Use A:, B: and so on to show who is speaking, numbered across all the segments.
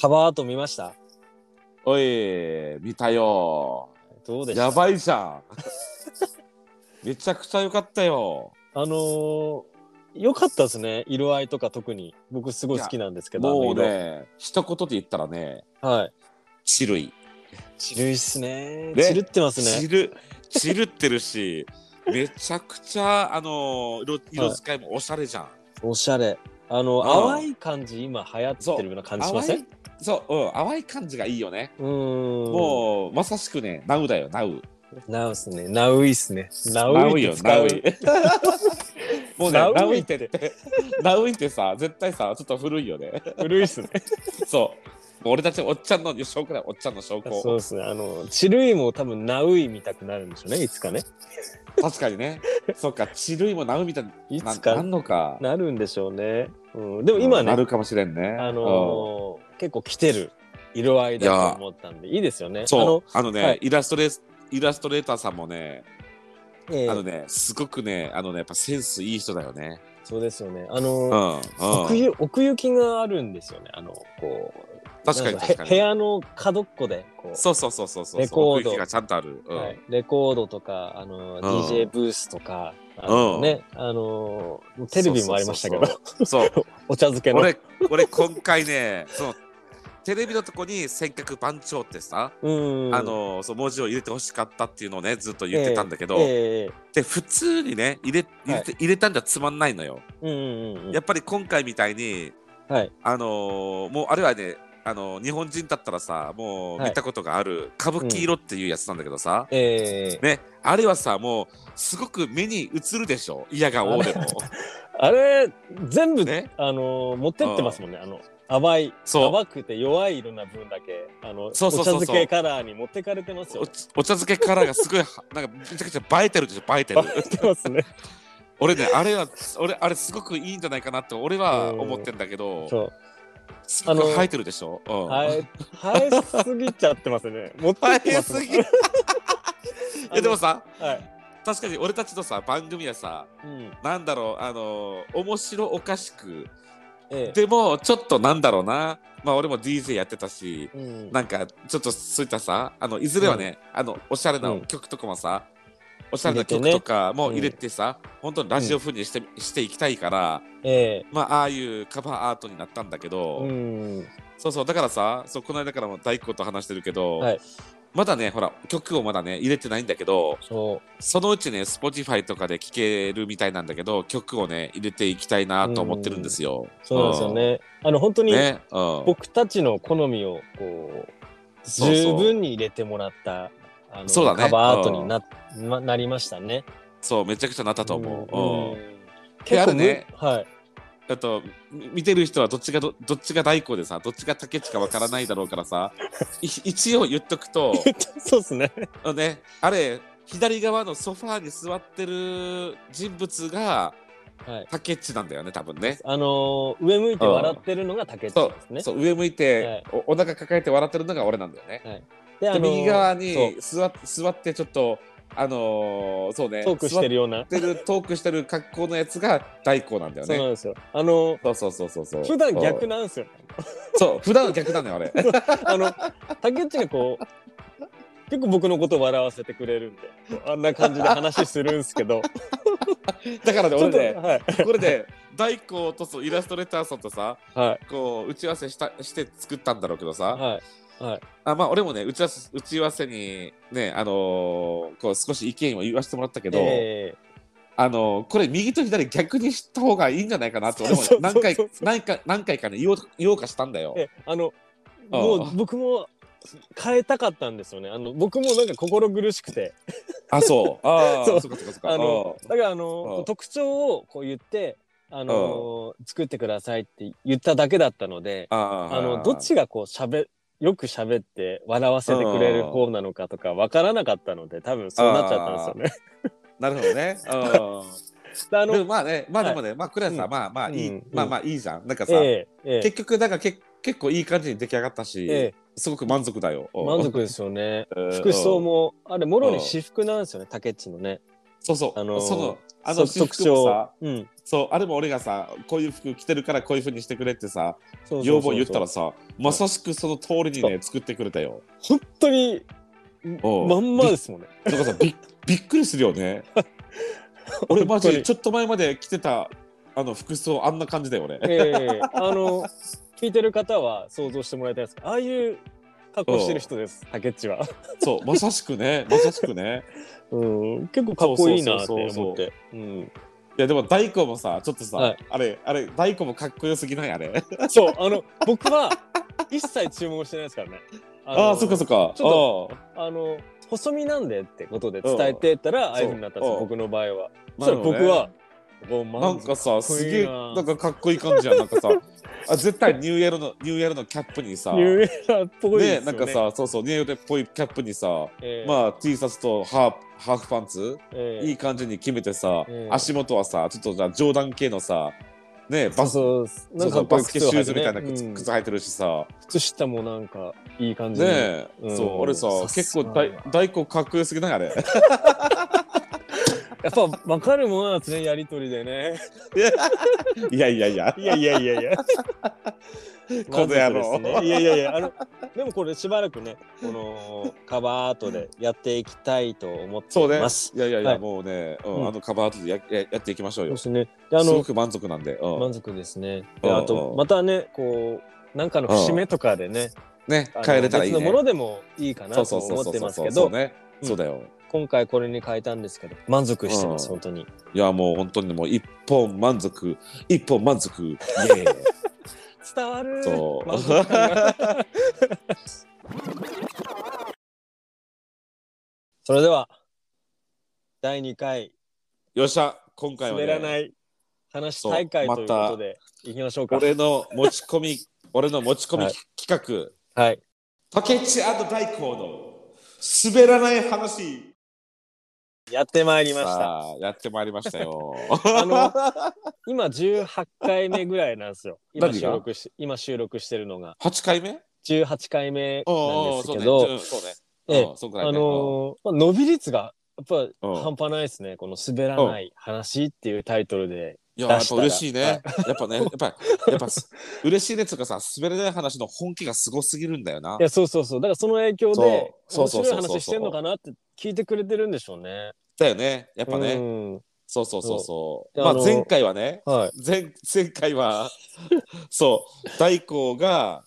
A: カバーアート見ました
B: おい、見たよ。
A: どうでした
B: やばいじゃ ん。めちゃくちゃ良かったよ。
A: あのー、よかったですね。色合いとか特に。僕すごい好きなんですけど、
B: もう
A: あの色。
B: ね、一言で言ったらね、
A: はい。
B: チルい。
A: ちるいっすね。
B: ね
A: ちるってます
B: チ
A: ね。
B: ル、チルってるし、めちゃくちゃ、あの、色色使いもおしゃれじゃん。
A: おしゃれ。あの、
B: ん
A: 淡い感じ、今流行ってるような感じしません
B: 淡い、そう、うん、淡い感じがいいよね。
A: うーん。
B: もう、まさしくね、ナウだよ、ナウ。
A: ナウっすね。ナウイっすね。ナ
B: ナ
A: ウ
B: ウ
A: イっ
B: よ
A: て、使
B: ナ
A: う
B: ウ。イ。もうね、ナ
A: ナ
B: ウ
A: ウ
B: イ
A: イ
B: っ
A: ってて、
B: ナウイってさ、絶対さ、ちょっと古いよね。
A: 古いっすね。
B: そう。もう俺たちおっちゃんの証拠だよ、おっちゃんの証
A: そう
B: 拠。
A: ですね。あの、チルイも多分ナウイ見たくなるんでしょうね。いつかね。
B: 確かにね。そっか、チルイもナウみたい
A: い
B: にな
A: つか
B: なんのか。
A: なるんでしょうね。うん、でも今ね、
B: なるかもしれんね。
A: あのー結構来てる色合いだと思ったんで、いいですよ
B: う
A: ね
B: ん。そう、あの
A: は
B: ね
A: い、
B: イラストレーイラストレーターさんもね、
A: あの、ええ
B: あのね、すごくね、あのね、やっぱセンスいい人だよね。
A: そうですよね。あ
B: う
A: の
B: ん。
A: ー
B: うん
A: 奥ゆ奥行きがあるんですよね。あの、こう。
B: 確かに
A: なん
B: 確か
A: へ部
B: に。
A: 屋の角っこで、こう。
B: そうそうそうそうそう。
A: レコード
B: 奥行きがちゃんとある。うん
A: はい、レコードとか、あのー、
B: うん
A: DJ ブースとか、あのー
B: うん
A: ね、あのーもうテレビもありましたけど、
B: そう そう。
A: お茶漬けの。
B: 俺、俺今回ね、そのテレビのとこに尖閣番長ってさ、
A: うん。
B: あのそう文字を入れてほしかったっていうのをねずっと言ってたんだけど、
A: えええ
B: で普通にね入れ入れて、入れたんじゃつまんないのよ。
A: えうんうんうん。
B: やっぱり今回みたいに
A: はい。
B: あのーもうあれはねあの日本人だったらさもう
A: はい
B: 見たことがある歌舞伎色っていうやつなんだけどさ、
A: ええ
B: ねあれはさもうすごく目に映るでしょ嫌がおうでも。
A: あれ、全部
B: ね
A: あのー持ってってますもんね、あの淡い
B: そう
A: 淡くて弱い色な分だけあの
B: そうそうそうそう
A: お茶漬けカラーに持ってかれてますよ
B: お茶お茶漬けカラーがすごいは なんかめちゃくちゃ映えてるでしょ映えてる。
A: 持 ってますね
B: 俺ねあれは俺あれすごくいいんじゃないかなって俺は思ってんだけど
A: そう
B: すごく生えてるでしょ、うん、
A: 生え生えすぎちゃってますね持ってって
B: 生え
A: ますもん
B: すぎいやでもさ
A: はい、
B: 確かに俺たちのさ番組はさ
A: うん
B: なんだろうあのー面白おかしく
A: ええ
B: でもちょっとなんだろうなまあ俺も DJ やってたし
A: うん、
B: なんかちょっとそういったさあのいずれはね、あのおしゃれな
A: うん
B: 曲とかもさ、おしゃれな
A: 入れて
B: 曲
A: ね
B: とかも入れてさ、本当にラジオ風にして,、していきたいから、
A: ええ
B: まあああいうカバーアートになったんだけど、
A: うん
B: そうそうだからさそうこの間からも大工と話してるけど、
A: はい
B: まだねほら曲をまだね入れてないんだけど
A: そ
B: そのうちね Spotify とかで聴けるみたいなんだけど曲をね入れていきたいなと思ってるんですよ。
A: うそうなんですよねあの本当
B: うん。
A: に
B: ね、うん、
A: 僕たちの好みをこう
B: そうそう
A: 十分に入れてもらったあの
B: そうだね
A: カバーアートにな,、ま、なりましたね
B: そうめちゃくちゃなったと思う。うん
A: ん
B: であれね
A: む はい
B: あとみ見てる人はどっちがどどっちが大工でさどっちが竹内かわからないだろうからさい一応言っとく と
A: そうですね。
B: あのねあれ左側のソファーに座ってる人物が
A: はい。
B: 竹内なんだよね多分ね。
A: あのー上向いて笑ってるのが竹内
B: そ
A: です
B: う
A: ね。
B: そう上向いて、おお腹抱えて笑ってるのが俺なんだよね。
A: で、
B: で右側に
A: そう
B: 座っ座ってちょっとあのーそうね
A: トークしてるような。
B: 座ってるトークしてる格好のやつが大工なんだよ
A: そうな
B: ね。
A: んですよ。あのー
B: そうそうそうそうそう。
A: 普段逆
B: な
A: なんですよ。
B: そう普段は逆なのよ あれ。
A: あの竹内がこう結構僕のこと笑わせてくれるんで、こうあんな感じで話するんですけ ど、
B: だから
A: ちょ
B: ね俺
A: っと
B: ね
A: はい
B: これで大工とそうイラストレーターさんとさ
A: は
B: こう打ち合わせしたして作ったんだろうけどさ、
A: いはい。
B: あまあ俺もね打ち合わせ打ち合わせにねあのーこう少し意見を言わせてもらったけど。
A: え
B: あのこれ右と左逆にした方がいいんじゃないかなって俺も
A: そうそう
B: 何回
A: そうそう
B: 何回何回かね言おう言おうかしたんだよ
A: ー。えあの
B: ああ
A: もう僕も変えたかったんですよね。あの僕もなんか心苦しくて。
B: あそう。ああそ
A: そうう
B: かそうかそうか。
A: あのだからあ
B: う
A: の
B: ん
A: 特徴をこう言ってあの作ってくださいって言っただけだったので
B: あ
A: あのどっちがこう喋よく喋って笑わせてくれる方なのかとかわからなかったので多分そうなっちゃったんです
B: なるほどね。う
A: よ ね。あ
B: んで
A: の
B: もまあねまあ
A: はい
B: でもね、まあこれはさ、
A: うん
B: まあまあいい、
A: うん
B: まあまあいいじゃんなんかさ、
A: ええええ
B: 結局なんかけ結構いい感じに出来上がったし、
A: え
B: すごく満足だよ。
A: え
B: うん
A: 満足ですよね。
B: うん
A: 服装もあれもろ
B: うん
A: に私服なんですよね竹内のね。
B: そうそう、
A: あのー
B: そのあの
A: そ
B: 私服もさ
A: うん
B: そうあれも俺がさこういう服着てるからこういうふうにしてくれってさ
A: そうそうそうそう
B: 要望言ったらさまさしくその通りにね作ってくれたよ
A: 本当に
B: おう
A: まんまですもんね。
B: だからさびびっくりする よね俺マジでちょっと前まで着てたあの服装あんな感じだよ俺
A: ええあの聞いてる方は想像してもらいたいです。ああいう格好してる人です。タケッチは。
B: そうまさしくねまさしくね
A: うん、結構かっこいいなって
B: そうそうそうそう
A: 思って。うん
B: いやでも大根もさちょっとさ、
A: はい
B: あれあれ大根もかっこよすぎないあれ
A: そう、あの僕は一切注文してないですからね。あの
B: ああーそっかそっか
A: ちょあの細身なんでってことで伝えてったら、ああいうふうになったんですよ
B: そう
A: 僕の場合は。
B: あー
A: そしたら
B: なるほどね
A: 僕は、こう
B: なんかさ
A: かっこいいな
B: すげえなんかかっこいい感じやんなんかさあ絶対ニューエロのニューエロのキャップにさ
A: ニューエラーっぽいですよね。
B: ねなんかさそうそうニューエロっぽいキャップにさ
A: ええ、
B: まあ T シャツとハーフハーフパンツ
A: ええ
B: いい感じに決めてさ、
A: ええ
B: 足元はさちょっとじゃあジョーダン系のさねバス
A: そうそう
B: そう
A: なん
B: そ
A: か
B: う
A: こう
B: バ
A: いう
B: スケシューズみたいな
A: 靴履い
B: 靴,、
A: てね
B: 靴履いてるしさ
A: うん靴下もなんかいい感じ
B: ね
A: に
B: え、
A: うん
B: そう俺さ
A: さ
B: 結
A: す
B: 構
A: が
B: 大大根かっこよすぎないあれ
A: やっぱ分かるものなんですねやりとりでね
B: いやいやいや
A: いやいやいやい や
B: この野郎
A: 満足ですねいやいやいやあのでもこれしばらくねこのカバーアートでやっていきたいと思って
B: そうね
A: ます
B: いやいやいや、
A: はい
B: もうね、うん
A: うん
B: あのカバーアートでやややっていきましょ
A: そ
B: う
A: う
B: よ
A: ですすねであの
B: ごく満足なんで、うん
A: 満足ですね
B: う
A: で
B: ん
A: あ
B: う
A: と
B: ん
A: またねこうなんかの節目とかでね
B: ね
A: あの
B: 変えれたらいいね
A: 別のものでもいいかな
B: そう
A: と
B: そうそう
A: 思
B: そ
A: っ
B: う
A: て
B: そう
A: ます
B: そう
A: け
B: そ
A: ど
B: うね、そうだよ
A: 今回これに変えたんですけど満足してます
B: うん
A: 本当に
B: いやもう本当にもう一本満足一本満足イエ ーイ
A: 伝わる
B: そう
A: 満足感が それでは第2回
B: よっしゃ今回は、ね、
A: 滑らない話大会
B: そう
A: ということでいきましょうか
B: 俺の持ち込み俺の持ち込み、
A: はい
B: 企画
A: はい
B: 竹内大光の滑らない話
A: やってまいりました
B: さあやってまいりました よ
A: あの今18回目ぐらいなんです よ今
B: 何
A: 収
B: が
A: 録し今収録してるのが
B: 8回目なん
A: 18回目なんですけ
B: そう
A: ど
B: ねうんそうね
A: ええ
B: うんそんくら
A: あ
B: いね
A: のーまあ、伸び率がやっぱ
B: うん
A: 半端ないですね、この「滑らない話」っていうタイトルで、
B: いや、や
A: 出
B: っ
A: し
B: ぱ
A: たら
B: 嬉しいね。
A: は
B: やっぱね、やっぱ、やっぱ、す嬉しいねとかさ、滑らない話の本気がすごすぎるんだよな。
A: いやそうそうそうだからその影響で
B: そう
A: 面
B: そ
A: 白い
B: うそうそうそう
A: 話してんのかなって聞いてくれてるんでしょうね。
B: だよね。やっぱ
A: う
B: ね。
A: ん
B: そうそうそうそう。
A: そう
B: まあ
A: あ、の
B: 前回はね、
A: はい、
B: 前、前回は、そう、大光が、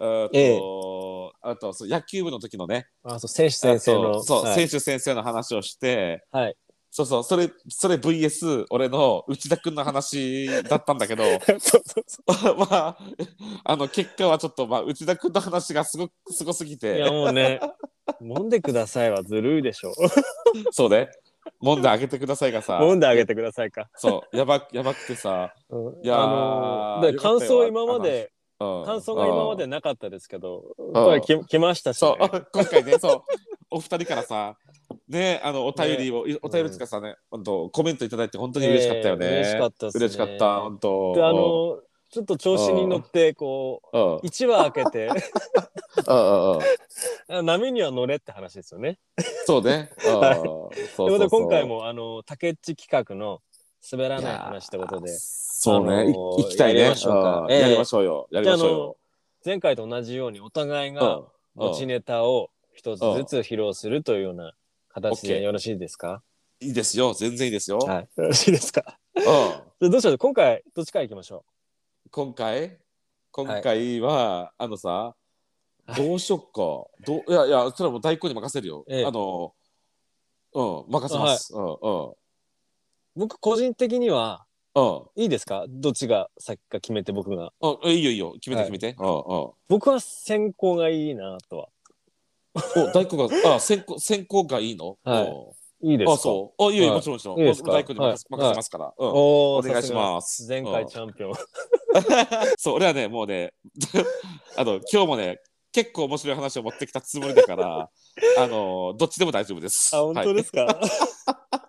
B: あ
A: え
B: と、あと、そう野球部の時のね、
A: あそう選手先生
B: あ
A: の
B: とそう、
A: はい
B: 選手先生の話をして、
A: はい
B: そうそう、それ、それ VS 俺の内田君の話だったんだけど、
A: そうそうそ
B: まあ、あの、結果はちょっと、まあ、内田君の話がすごく、すごすぎ
A: う
B: て。
A: いやもうね「飲んでください」はずるいでしょう
B: そうね。揉ん であげてくださいがさ、
A: 飲んであげてくださいか。
B: そう、やば、やばくてさ、
A: うん
B: いやー
A: あのーで
B: よかっ
A: 感
B: たよ
A: 想今まで
B: うん
A: 感想が今までなかったですけど
B: ん
A: これき来ました
B: うん
A: し、ね
B: そ、う、 今回ね、そう、お二人からさ、ね、あの、お便りを、いお便りつかさね、本当コメントいただいて本当に嬉しかったよね。
A: えー嬉しかったっすね
B: 嬉しかった、本当
A: であのーちょっと調子に乗ってこう
B: うん、うん、
A: 一話開けて
B: うん、うん
A: 波には乗れって話ですよね。
B: そうね。う ん
A: はいと
B: そう
A: いうこと
B: そうそ
A: で
B: う
A: 今回もあの竹内企画の滑ら
B: い
A: ない
B: やー
A: 話ってことで
B: そうね、
A: あのー
B: い行きたいね。
A: やりましょうか
B: ん
A: ええ
B: やりましょうよ。やりましょうよ。
A: 前回と同じようにお互い
B: うん
A: が持ちネタを一つずつ披露するというような形
B: うん
A: でよろしいですか
B: いいですよ、全然いいですよ。
A: はいよろしいですか
B: うん
A: でどうしよう今回どっちからいきましょ
B: 今回今回は、あのさどうしよっか、どういやいやそれはもう大根に任せるよ、
A: ええ
B: あのうん任せます、
A: う僕個人的には
B: うんうん
A: いいですかどっちが先か決めて僕が
B: うんうんいいよいいよ決めて
A: は
B: 決
A: い
B: めて、う
A: 僕は先行がいいなとは
B: んうんお大根があ先行先行がいいの、
A: はい
B: い、
A: いいですか
B: あそうあいいよ、
A: はい
B: もちろんもちろん
A: いいですか
B: 大根に任せ,、
A: はい
B: 任せますから、うん
A: お
B: お
A: ー
B: 願いしま
A: さ
B: す
A: が前回チ
B: ゃん、
A: ャンピオン
B: そう俺はねもうね あの今日もね結構面白い話を持ってきたつもりだからあのどっちでも大丈夫です
A: あ本当
B: はい
A: ですか、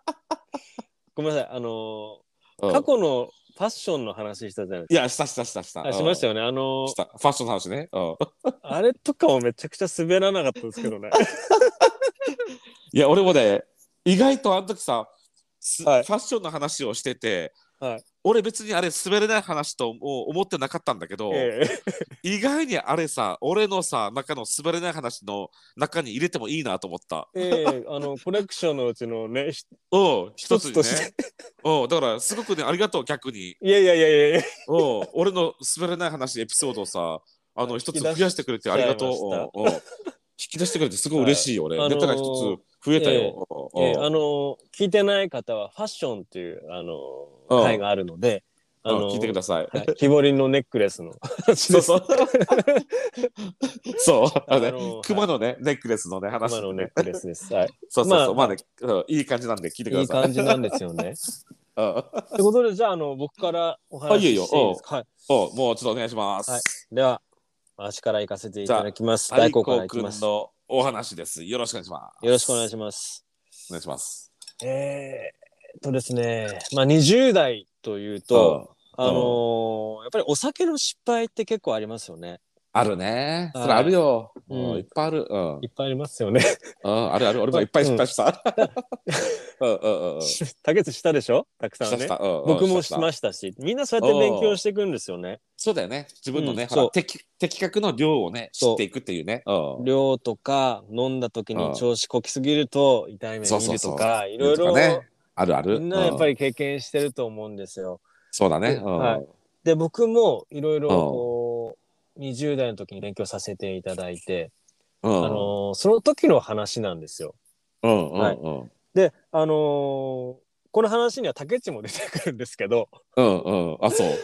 A: ごめんなさいあの
B: うん
A: ー過去のファッションの話したじゃないですか
B: いや、したしたしたした。
A: あしました
B: よ。
A: よね。あの
B: した。ファッションの話ね。うん
A: あれとかもめちゃくちゃ滑らなかったですけど ね。
B: いや、俺もね、意外とあの時さ、す
A: はい
B: ファッションの話をしてて、
A: はい
B: 俺別にあれ滑れない話とも思ってなかったんだけど、
A: ええ
B: 意外にあれさ俺のさ中の滑れない話の中に入れてもいいなと思った
A: ええあのコレクションのうちのねひ
B: うん一つに
A: 一つとし
B: ねうんだからすごくねありがとう逆に
A: いやいやいやいやいや
B: うん俺の滑れない話エピソードをさあの一つ増やしてくれてありがとううんうん引き出してくれてすごい嬉しいよ俺
A: はいあのー
B: ネタが一つ増えたようん
A: え
B: うん
A: ーあの聞いてない方はファッションっていうあ
B: うん
A: の会があるので、あ
B: う
A: の
B: ん聞いてください
A: はい木彫りのネックレスの話
B: そう
A: です。
B: そう。 そう。あのね
A: あの
B: 熊のね、ネックレスのね、話
A: 今のネックレスです。はい、
B: そうそうそう。ま
A: ま
B: あね、うんいい感じなんで聞いてく
A: い
B: だ
A: い
B: さい。
A: 感じなんですよね。
B: うんうん
A: ってことでじゃああの僕からお話ししていいです
B: あいいよ
A: か。はい。
B: もうちょっとお願いします。
A: はいでは私から行かせていただきます。
B: 大
A: 大光
B: 光
A: から行き
B: 君
A: ます。よ
B: のお話です。よろしくお願いします。
A: ろしくお願い
B: し
A: します。
B: ます。お願いします。
A: えー、っとですね、まあ20代というと、
B: うん
A: あのーやっぱりお酒の失敗って結構ありますよね。
B: あるね。
A: はい
B: それあるよ。う
A: うんん
B: いっぱいある。うん
A: い。っぱいありますよね。
B: うんあるある。俺もいっぱい失敗した。うんうんうんうん。し
A: 竹内したでしょたくさ
B: た
A: ん
B: し
A: ね
B: た。。うんうん
A: 僕もし
B: した
A: ましたし、みんなそうやって勉強していくんですよね。
B: そうだよね。自分の
A: う
B: ね
A: ん、
B: ほら
A: そう
B: 的的確の量をね、知
A: そう
B: っていくっていうね。うん
A: 量とか飲んだ時
B: うん
A: に調子こきすぎると痛い目
B: そう
A: 見
B: そう
A: る
B: そう
A: とかいろいろ
B: ねあるあ
A: み
B: る。
A: んなやっぱ
B: り。
A: り経験してると思うんですよ。
B: そうだね。うん
A: はいで僕もいろいろこう20代の時に勉強させていただいて、
B: うん
A: あのーその時の話なんですよ。
B: うんうん
A: はい
B: うん
A: であのーこの話には竹内も出てくるんですけ ど、
B: うんうんあそう
A: はい、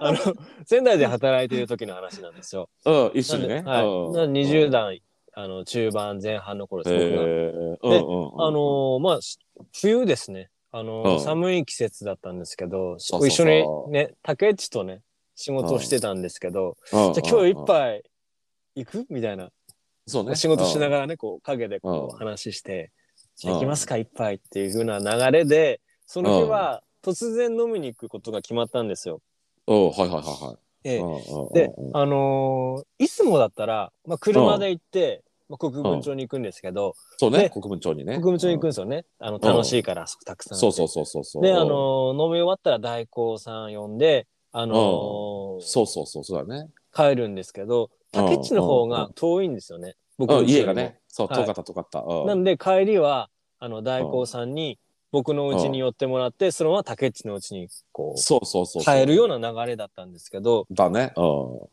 A: あの仙台で働いている時の話なんですよ。
B: うん一
A: な
B: 緒
A: ん
B: に
A: で、
B: ね
A: はい、
B: うん
A: なんで20代あの中盤前半の頃です、僕が
B: えーうん
A: で
B: うんうん
A: あのーまあし冬ですね、あのー
B: うん
A: 寒い季節だったんですけどし
B: そうそう
A: 一
B: そ
A: 緒
B: う
A: にね竹内とね仕事をしてたんですけど、
B: うん
A: じゃあ今日一
B: うん
A: 杯行くみたいな、
B: そうね
A: 仕事しな
B: ら
A: がらねこう陰でこ
B: う
A: う話して、じゃあ行きますか一杯っていう風な流れでその日は突然飲みに行くことが決まったんですよ。
B: うんはいはいはいはい
A: ええ
B: うんうんうん
A: で、あのーいつもだったら、まあ、車で行って、まあ、国分町に行くんですけど、
B: そうね
A: で
B: 国分町にね
A: 国分町に行くんですよね。あの、楽しいから、あそこたく
B: う
A: さ
B: ん
A: ん。
B: そうそうそうそうそう
A: で、
B: うん
A: あのー飲み終わったら代行さん呼んで、あのー
B: そうそうそうそうだね
A: 帰るんですけど、
B: うん
A: 竹地の方が遠いんですよね。僕
B: う
A: の
B: ん家がね。そう
A: はい
B: 遠かった遠かったうん
A: なんで、帰りは、あの、代行さんに、僕の家に寄ってもらって、そのまま竹地の家に、こう、
B: そうそうそうそう
A: 帰るような流れだったんですけど、
B: だねうんう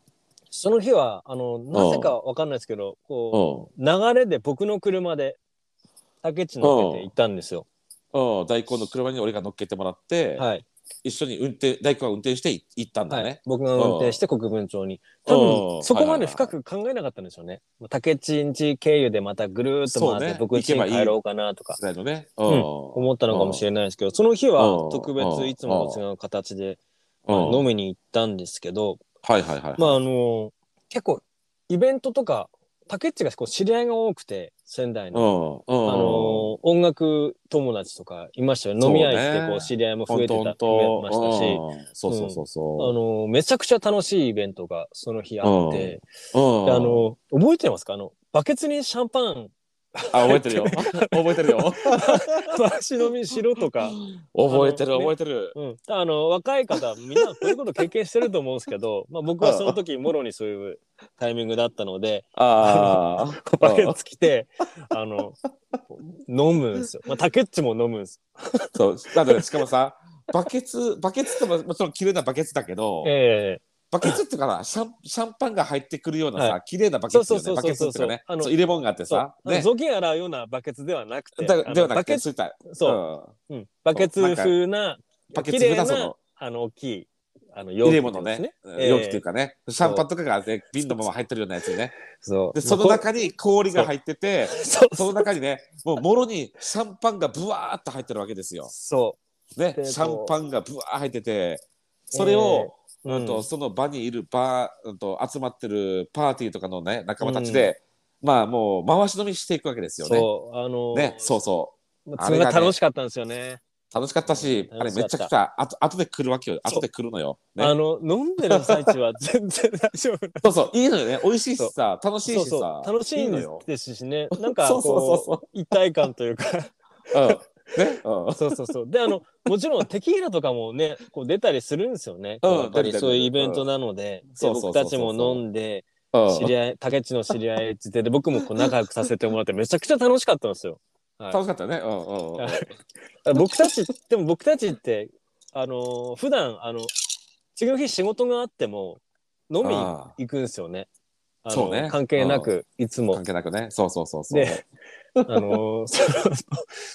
A: その日は、あの、なぜかわかんないですけど、こう、
B: ん
A: 流れで僕の車で竹内乗っけて行ったんですよ。
B: うん大根の車に俺が乗っけてもらって
A: はい、
B: 一緒に運転大根が運転してい行ったんだ
A: は
B: ね
A: い、僕が運転して国分町に。
B: うん
A: 多
B: うん
A: 分そこまで深く考えなかったんでしょうね。竹内んち経由でまたぐるーっ
B: そ
A: と
B: う
A: 回っ
B: ね
A: て僕んち
B: 行
A: に
B: けばいい
A: 帰ろうかなとか
B: 世代のね
A: うん
B: うん
A: 思ったのかもしれないですけど、その日
B: う
A: は
B: ん
A: 特別いつもと違う形であ
B: うん
A: の飲みに行ったんですけど、
B: はいはいはい。
A: まああの結構イベントとか竹内がこう知り合いが多くて仙台
B: う
A: の。
B: ん、うん、
A: あの音楽友達とかいましたよ、ね、飲み屋行って
B: そう
A: こ
B: ね
A: う知り合いも
B: ほ
A: 増えて
B: んとほ
A: た
B: ん
A: 増
B: と
A: えましたし、
B: うんそうそうそ
A: あ
B: うそ
A: のめちゃくちゃ楽しいイベントがその日あって、
B: う。うん
A: であ、の覚えてますかあのバケツにシャンパン
B: あ、覚えてるよ。覚えてるよ。
A: 回し飲みしろと か、
B: 覚えてる、
A: あのね
B: 覚えてる。
A: うん、あの若い方みんなこういうこと経験してると思うんですけど、まあ、僕はその時もろにそういうタイミングだったので
B: あ あ。
A: バケツ来てあの飲むんですよ、まあ、竹っちも飲むんです
B: そう、なんだね、しかもさ、バケツ、バケツってももちろん綺麗なバケツだけど
A: よ、え
B: バケツっていう かな、シャンシャンパンが入ってくるような
A: は
B: さ、綺麗なバケツだよ
A: そ
B: ね。
A: う
B: バ
A: そう
B: ケツ
A: そ
B: っ
A: う
B: て
A: そう
B: いうかね、
A: あの
B: そう入れ物があって
A: えそう
B: さ、ね。
A: 雑巾洗うようなバケツではなくて
B: だでは
A: あの
B: な
A: バ
B: くて、
A: ケ
B: つ
A: ツ
B: いた。
A: そう、うん、バケツ風な
B: うん。バケ
A: 綺
B: ツ
A: 麗
B: が
A: な
B: その、
A: あの大きいあの
B: 入
A: 容器
B: れ
A: って
B: 物
A: ことです
B: ね
A: ね。ええ
B: 容器っていうかね、シャンパンとかがね瓶のまま入ってるようなやつね。
A: そう
B: で、その中に氷が入ってて、
A: そう
B: その中にね、もうもろにシャンパンがブワーっと入ってるわけですよ。
A: そ
B: ね、
A: で
B: シャンパンがブワー入ってて、それを、
A: う、う
B: うん
A: ん
B: とその場にいるバー、うんと集まってるパーティーとかのね仲間たちで、まあもう回し飲みしていくわけですよね。
A: そうあのー
B: ね、そうそ
A: まあ
B: あ
A: そ
B: れ
A: れ
B: が
A: が
B: ね
A: 楽しかったんですよね。
B: う。楽しかったし、
A: うん
B: あれめちゃくちゃ、あと後で来るわけよ。後で来るのよ。
A: あ
B: ね、
A: の飲んでる最中は全然大丈 夫。
B: そうそう、いいのよね。美味しいしさ、楽しい
A: そう
B: し
A: そ
B: さ。
A: う楽しいん
B: の
A: で
B: よ。
A: すしね。なんか
B: そうそう
A: こ
B: そう
A: う一体感というか
B: そう。うんね。うん。
A: そうそうそう。で、あの、もちろんテキーラとかもね、こう出たりするんですよね。
B: うん
A: こやっぱり
B: 出てくる
A: そういうイベントなので、で
B: そうそうそうそう
A: 僕たちも飲んで、
B: うん
A: 知り合い、竹内の知り合いつってで、僕もこう仲良くさせてもらって、めちゃくちゃ楽しかったんですよ。はい
B: 楽しかったよね。うんうんうん。
A: 僕たち、でも僕たちって、あのー普段、あの、次の日仕事があっても、飲み
B: あ
A: 行くんですよね。あの
B: そうね
A: 関係なく、いつ
B: ー
A: も
B: 関。係なくね。そうそうそうそう。
A: で、あのーその、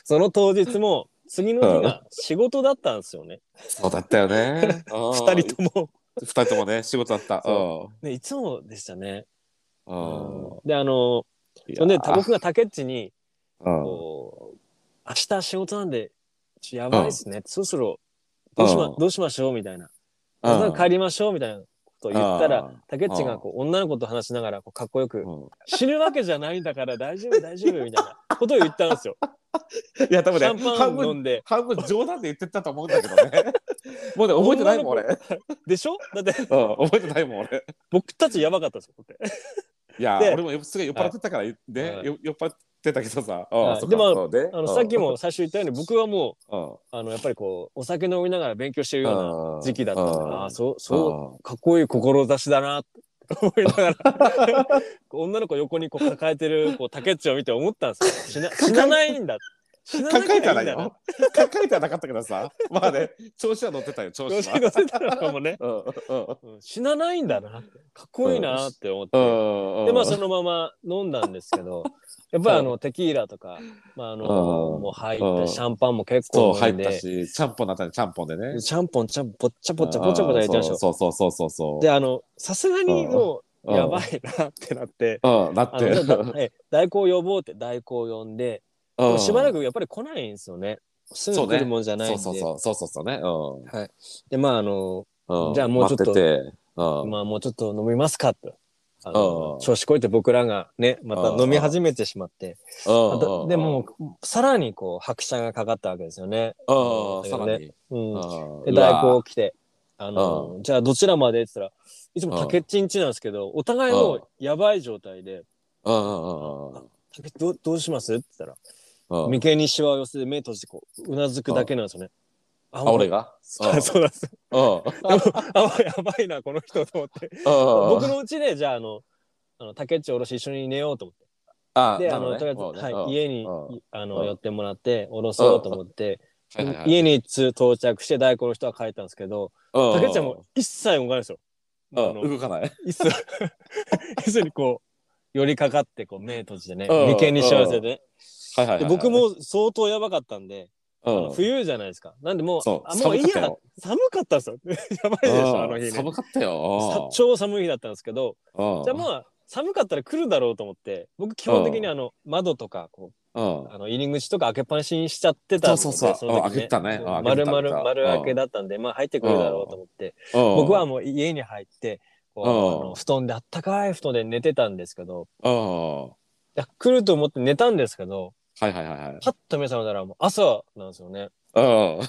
A: その当日も、次の日が仕事だったんですよね。
B: そうだったよね。
A: 二
B: 二
A: 人とも。
B: 二人ともね、仕事だった。
A: そ
B: うん
A: ね、いつもでしたね。
B: うん。
A: で、あのー、そんで、僕が竹内に、
B: うん
A: こう、明日仕事なんで、ちょやばいっすね。そろそろ、どうしま、
B: うん
A: どうしましょうみたいな。また帰りましょうみたいなことを言った
B: う
A: ら
B: ん、
A: 竹内がこう女の子と話しながらこうかっこよく、
B: うん
A: 死ぬわけじゃないんだから大丈夫大丈夫みたいなことを言ったんですよ。
B: い や、多分
A: シャ
B: ね、
A: ンパ
B: 半
A: ンを飲
B: 分、
A: んで。
B: 半分冗談で言ってたと思うんだけどね。 もうね、覚えてないもん、俺。うん、
A: でしょだって
B: 覚えてないもん、俺。
A: 僕たちやばかったですよ。だって
B: いや、
A: で
B: 俺もすげえ酔っ払ってたから、ね、
A: はい
B: よ酔っ払ってたけどさ。
A: は
B: あ
A: い
B: そっ
A: で
B: か
A: も
B: そうね
A: あのさっきも最初言ったように僕はも
B: うん
A: う、あのやっぱりこう、お酒飲みながら勉強してるような
B: うん
A: 時期だったんで、
B: うん
A: ああ、そう、そ、
B: そう
A: かっこいい志だなって思いながら、 女の子横にこう抱えてるこう竹内を見て思ったんですよ。死な死なないんだ。死
B: う
A: ななきゃ
B: 抱
A: いい
B: え
A: ん
B: てはな
A: だ
B: い
A: な
B: よ。抱えてはなかったけどさ。 ま あね、調子は乗ってたよ、調
A: 調
B: 子
A: 子
B: は。
A: に。乗せたのかもね
B: うんうん
A: うん死なないんだなって。かっこいいなって思っ
B: う
A: て。
B: んうん
A: で、まあそのまま飲んだんですけど、やっぱりあのテキーラとか、まああの、
B: うん
A: もう入っ
B: うん
A: て、シャンパンも結
B: そう
A: 構
B: 入
A: 飲
B: っ
A: ん
B: た
A: で、
B: し、ちゃんぽんだったね、ちゃんぽんでね。
A: シャンポンちゃんぽっちゃぽっちゃぽちゃぽちゃ入ってましたよ。
B: そうそうそうそうそう。
A: で、あの、さすがにもう、
B: うん
A: やばいなってなって、
B: うん、なっ
A: あ
B: て。
A: の だえ代行呼ぼうって代行呼んで、でもしばらくやっぱり来ないんですよね。すぐ来るもんじゃ
B: うん
A: ないん
B: そう
A: で。
B: そうそう、そうそうそうね。うん。
A: で、まああの、
B: うん
A: じゃあもうちょっと
B: 待ててうん
A: まあもうちょっと飲みますかと。あ
B: う
A: の
B: ん
A: 調子こいて僕らがね、ま
B: う
A: た
B: ん
A: 飲み始めてしまって。また
B: うん
A: でも、さらにこう、拍車がかかったわけですよね。
B: うん
A: うん
B: さらに。
A: うん。
B: うん
A: で、
B: うわ
A: 大工来て、あの、じゃあどちらまでって言ったら、いつも竹っちんちなんですけど、お互いもうやばい状態で、
B: うんうんうん
A: 竹どうどうしますって言った
B: う
A: ら、
B: んうん
A: 眉間にシワを寄せて目閉じてこう、うなずくだけなんですよね。あ
B: あ、俺。が
A: そうそうなんです。
B: うんうん
A: あ、やばいな、この人と思って。僕のうちでじゃああのあの竹内おろし一緒に寝ようと思って
B: あ
A: で
B: な
A: あ
B: るほど
A: の
B: ね
A: とりあえず、
B: もうね
A: は
B: うん
A: い、家に
B: うん
A: いあ
B: う
A: の
B: ん
A: 寄ってもらっておろそうと思って、
B: はいはいはい
A: 家に通到着して大根の人は帰ったんですけど
B: うん
A: 竹内はもう一切動かないですよ。
B: う
A: あ
B: ん
A: の
B: 動かない。
A: 椅 子椅子にこう寄りかかってこう目閉じてね
B: うん
A: 眉間に幸せでね
B: はいはいは
A: で
B: いはい。
A: 僕も相当やばかったんで、
B: う
A: あの
B: ん、
A: 冬じゃないですかなんでもう
B: そう
A: あもういい
B: 寒
A: や
B: かったよ
A: 寒かったんですよ やばいでしょあの日
B: うん
A: ね
B: 寒かった
A: さ
B: よ。
A: 超寒い日だったんですけどじ
B: じ
A: ゃあまあ寒かったら来るだろうと思って僕基本的にあの窓とかこ
B: あ、うん
A: うあの入り口とか開けっぱなしにしちゃってたんで
B: そうそうそう
A: の時
B: うん開けてたねうん開けて
A: 丸丸
B: た開けてた
A: 丸
B: うん
A: 開けだったんでまあ入ってくるだろうと思って
B: うん
A: 僕はもう家に入ってこう
B: うん
A: あの布団であったかい布団で寝てたんですけど
B: うん
A: いや来ると思って寝たんですけど
B: はいはいはいはい。
A: パッと目覚めたらもう朝なんですよね
B: うん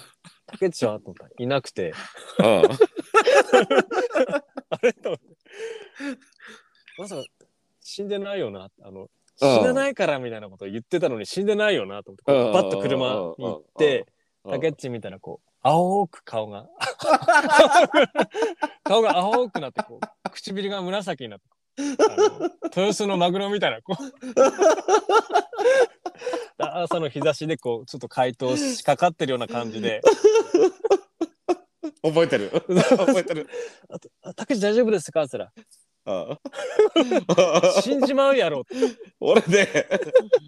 A: 竹内はと思ったらいなくて
B: うん
A: あれと思ってまさか死んでないよなあの死なないからみたいなことを言ってたのに死んでないよなと思ってこ
B: うん
A: うバッと車に行って
B: うん
A: 竹内見たらこう青く顔が顔が青くなってこう唇が紫になってあの豊洲のマグロみたいなこう朝の日差しでこうちょっと解凍しかかってるような感じで
B: 覚え てる覚えてる。
A: 「あ竹内大丈夫ですか?」って言っ
B: うん
A: たら「死んじまうやろ」って。
B: 俺 ね、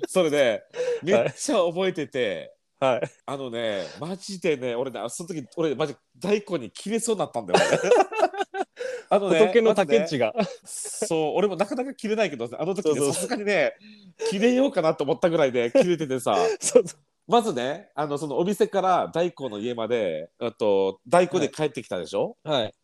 B: それね、めっちゃ覚えてて、
A: はい、
B: あのね、マジでね、俺ね、その時、俺、マジ、大根に切れそうになった んだよ。俺あのね、
A: 仏の
B: まずね
A: 竹内が、
B: そう、俺もなかなか切れないけど、あの時
A: そうそ
B: ね、
A: う
B: さすがにね、切れようかなと思ったぐらいで、切れて てさ、
A: そうそう
B: まずね、あの、そのお店から大根の家まで、あと、大根で帰ってきたでしょ、
A: はい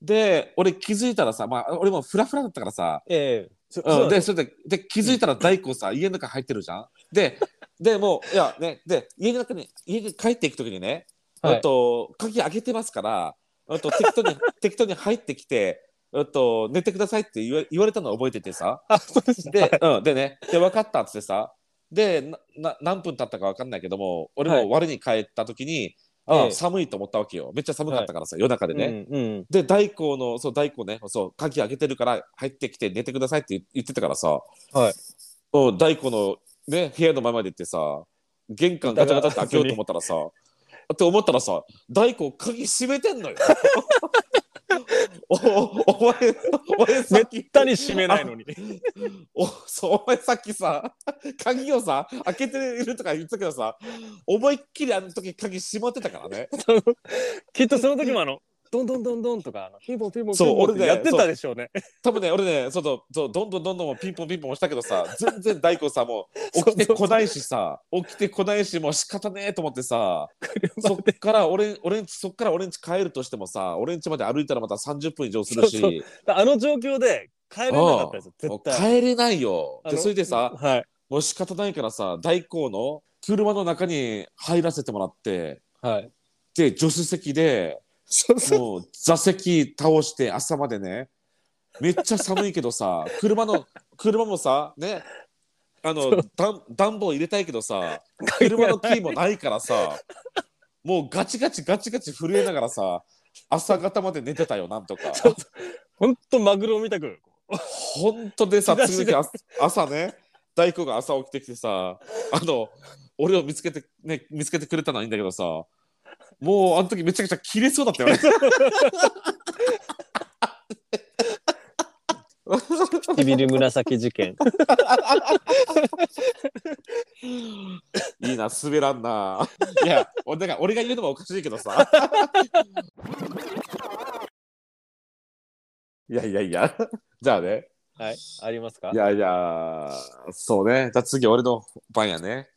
B: で、俺気づいたらさ、まあ、俺もフラフラだったからさ、
A: ええそ
B: うん、で
A: で
B: それでで気づいたら大根さ家の中入ってるじゃん。で でもういやねで家の中に家に帰っていく時にね、
A: はい
B: あと鍵開けてますからあと適当に 適当に入ってきてあと寝てくださいって言わ言われたのを覚えててさ
A: あそうでした
B: で,、うん、でねで分かったっつってさでなな何分経ったか分かんないけども俺
A: はい
B: も我に帰った時に、
A: え
B: あ
A: え
B: 寒いと思ったわけよめっちゃ寒かったからさ、夜中でね、
A: うんうん
B: で大光のそう大光ねそう鍵開けてるから入ってきて寝てくださいって言ってたからさ、
A: はい
B: うん大光の、ね、部屋の前まで行ってさ玄関ガチャガチャって開けようと思ったらさって思ったらさ大光鍵閉めてん のよ。おおお前お前さっき
A: たに閉めないのに。
B: おそうお前さっきさ鍵をさ開けているとか言ってたけどさ思いっきりあの時鍵閉まってたからね
A: きっとその時もあの、どんどんどんどんとか、あのピンポンピンポン
B: そう
A: ピンポン
B: 俺
A: っ
B: ね
A: てやってたでしょうね。
B: 多分ね俺ねそうそうそうどんどんどんどんピンポンピンポン押したけ どさ全然大根さもう起きてこないしさ起きてこないしもう仕方ねえと思ってさそっから俺俺んちそっから俺んち帰るとしてもさ俺んちまで歩いたらまた30分以上するし
A: そうあの状況で帰れなかったですよ、
B: もう
A: 絶対。
B: 帰れないよ
A: あ
B: で
A: の
B: それでさ
A: はい。
B: もう仕方ないからさ大根の車の中に入らせてもらって。
A: はい。
B: で助手席で
A: そうそう。
B: もう座席倒して朝までねめっちゃ寒いけど さ車の車もさね
A: そ
B: あの
A: う
B: 暖暖房入れたいけどさ車のキーもないからさもうガチガチガチガチ震えながらさ朝方まで寝てたよなんとか
A: そうほんとマグロみたく。
B: 本当でさ
A: 日差
B: 次
A: し
B: の日
A: で
B: あ朝ね大工が朝起きてきてさあの俺を見つけてね見つけてくれたのはいいんだけどさもうあの時めちゃくちゃ切れそうだったよね
A: ビビり紫事件。
B: いいな滑らんないや俺だから俺が言うのもおかしいけどさいやいやいやじゃあね
A: はい。ありますか
B: いやいやそうねじゃあ次俺の番やね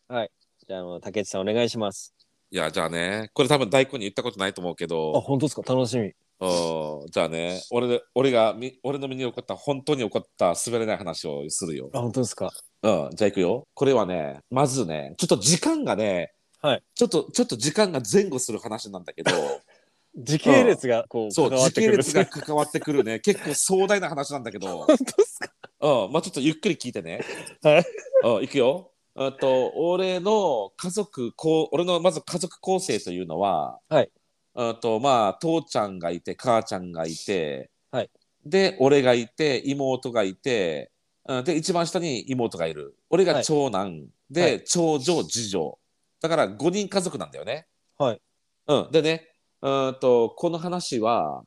A: じゃああの、竹内さんお願いします。
B: いやじゃあねこれ多分大根に言ったことないと思うけど
A: あ、本当ですか楽しみ。
B: おーじゃあね俺で俺がみ俺の身に起こった本当に起こった滑れない話をするよ、
A: あ、本当ですか
B: うん、じゃあ行くよこれはねまずねちょっと時間がね、
A: はい、
B: ちょっとちょっと時間が前後する話なんだけど
A: 時系列がこう、
B: そう
A: 関わっ
B: 時
A: てく
B: 系
A: る
B: 列が関わってくるね 結構壮大な話なんだけど、
A: 本当ですか
B: うん、まあちょっとゆっくり聞いてね、
A: はい
B: うん、行くよあと俺の家族こう俺のまず家族構成というのは、
A: はい、
B: あとまあ父ちゃんがいて母ちゃんがいて、
A: はい、
B: で俺がいて妹がいてうんで一番下に妹がいる俺が長男、で、
A: はい
B: 長女次女だから5人家族なんだよね。
A: はい、
B: うん、でねうんとこの話は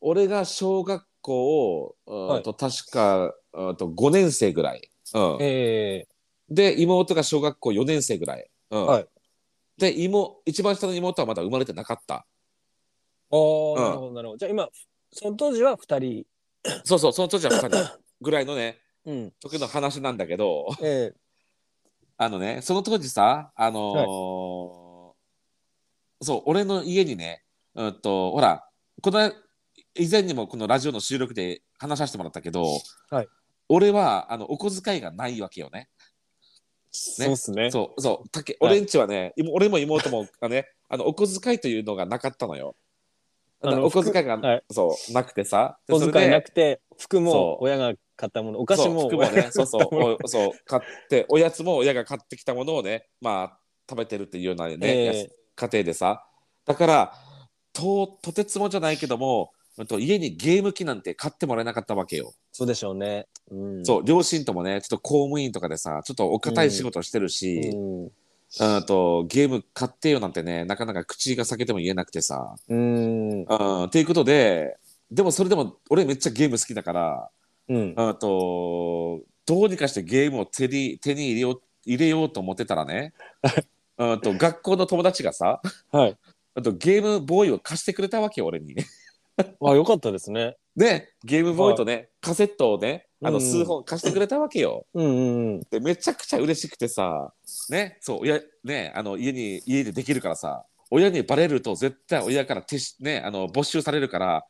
B: 俺が小学校を、うんと確か、うん、と5年生ぐらい、うん、
A: え
B: で妹が小学校4年生ぐらい、うん
A: はい
B: で妹一番下の妹はまだ生まれてなかった
A: ー。おー、
B: うん
A: なるほど、なるほど。じゃあ今、その当時は二人。
B: そうそうその当時は2人ぐらいのね
A: うん。
B: 時の話なんだけど
A: え
B: あのねその当時さあのーそう俺の家にねうんとほらこの以前にもこのラジオの収録で話させてもらったけど、
A: はい
B: 俺はあのお小遣いがないわけよね。
A: そうですね。
B: そうそうたけ
A: はい
B: 俺んちはね、いも俺も妹もあねあのお小遣いというのがなかったのよ。だから
A: あの
B: お小遣いが、
A: 服はい
B: そうなくてさで
A: お小遣いな
B: それで
A: くて、服
B: そ
A: も
B: う
A: 親が買ったもの、お菓子
B: そう
A: も
B: 服
A: 親
B: も
A: が買
B: ね
A: っ
B: そうそう
A: たも の
B: おそう買っておやつも親が買ってきたものをねまあ食べてるっていうようなね、
A: ええ
B: やつ家庭でさだからととてつもじゃないけどもうんと家にゲーム機なんて買ってもらえなかったわけよ。
A: そうでしょうね。うん。
B: そう両親ともねちょっと公務員とかでさちょっとお堅い仕事してるし。
A: うん。
B: うんとゲーム買ってよなんてねなかなか口が裂けても言えなくてさ。
A: うん。
B: うんっていうことででもそれでも俺めっちゃゲーム好きだから
A: うん。
B: うんとどうにかしてゲームを手に手に入れよう入れようと思ってた らねうんと学校の友達がさ
A: はい。
B: あとゲームボーイを貸してくれたわけよ俺に。
A: あ、よかったですね。
B: でゲームボーイとね、カセットをねあの
A: うん
B: 数本貸してくれたわけよ。
A: うんうんうん。
B: でめちゃくちゃ嬉しくてさねそう親ねあの家に家でできるからさ親にバレると絶対親から手しねあの没収されるから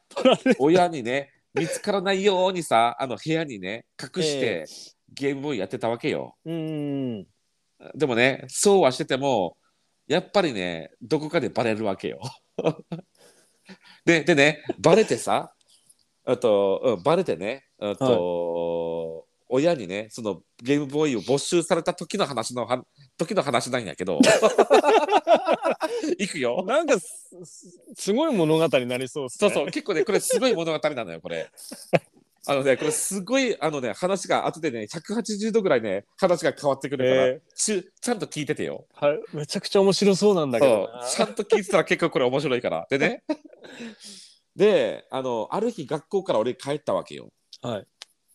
B: 親にね見つからないようにさあの部屋にね隠して、ゲームボーイやってたわけよ
A: うんうん。
B: でもねそうはしててもやっぱりねどこかでバレるわけよ でで ねバレてさあと、うん、バレてねあと、親にね、そのゲームボーイを没収された時の話のは時の話なんやけど。いくよ。
A: なんかす、すすごい物語になりそうっす
B: そ
A: ね。
B: うそう、結構ね、これすごい物語なのよ、これ。あのね、これすごい、あのね、話が後でね、180度ぐらいね、話が変わってくるから、
A: え
B: ちゅちゃんと聞いててよ。
A: ーはい。めちゃくちゃ面白そうなんだけど
B: そうちゃんと聞いてたら結構これ面白いから。でね。で、あの、ある日学校から俺帰ったわけよ。
A: な。はい。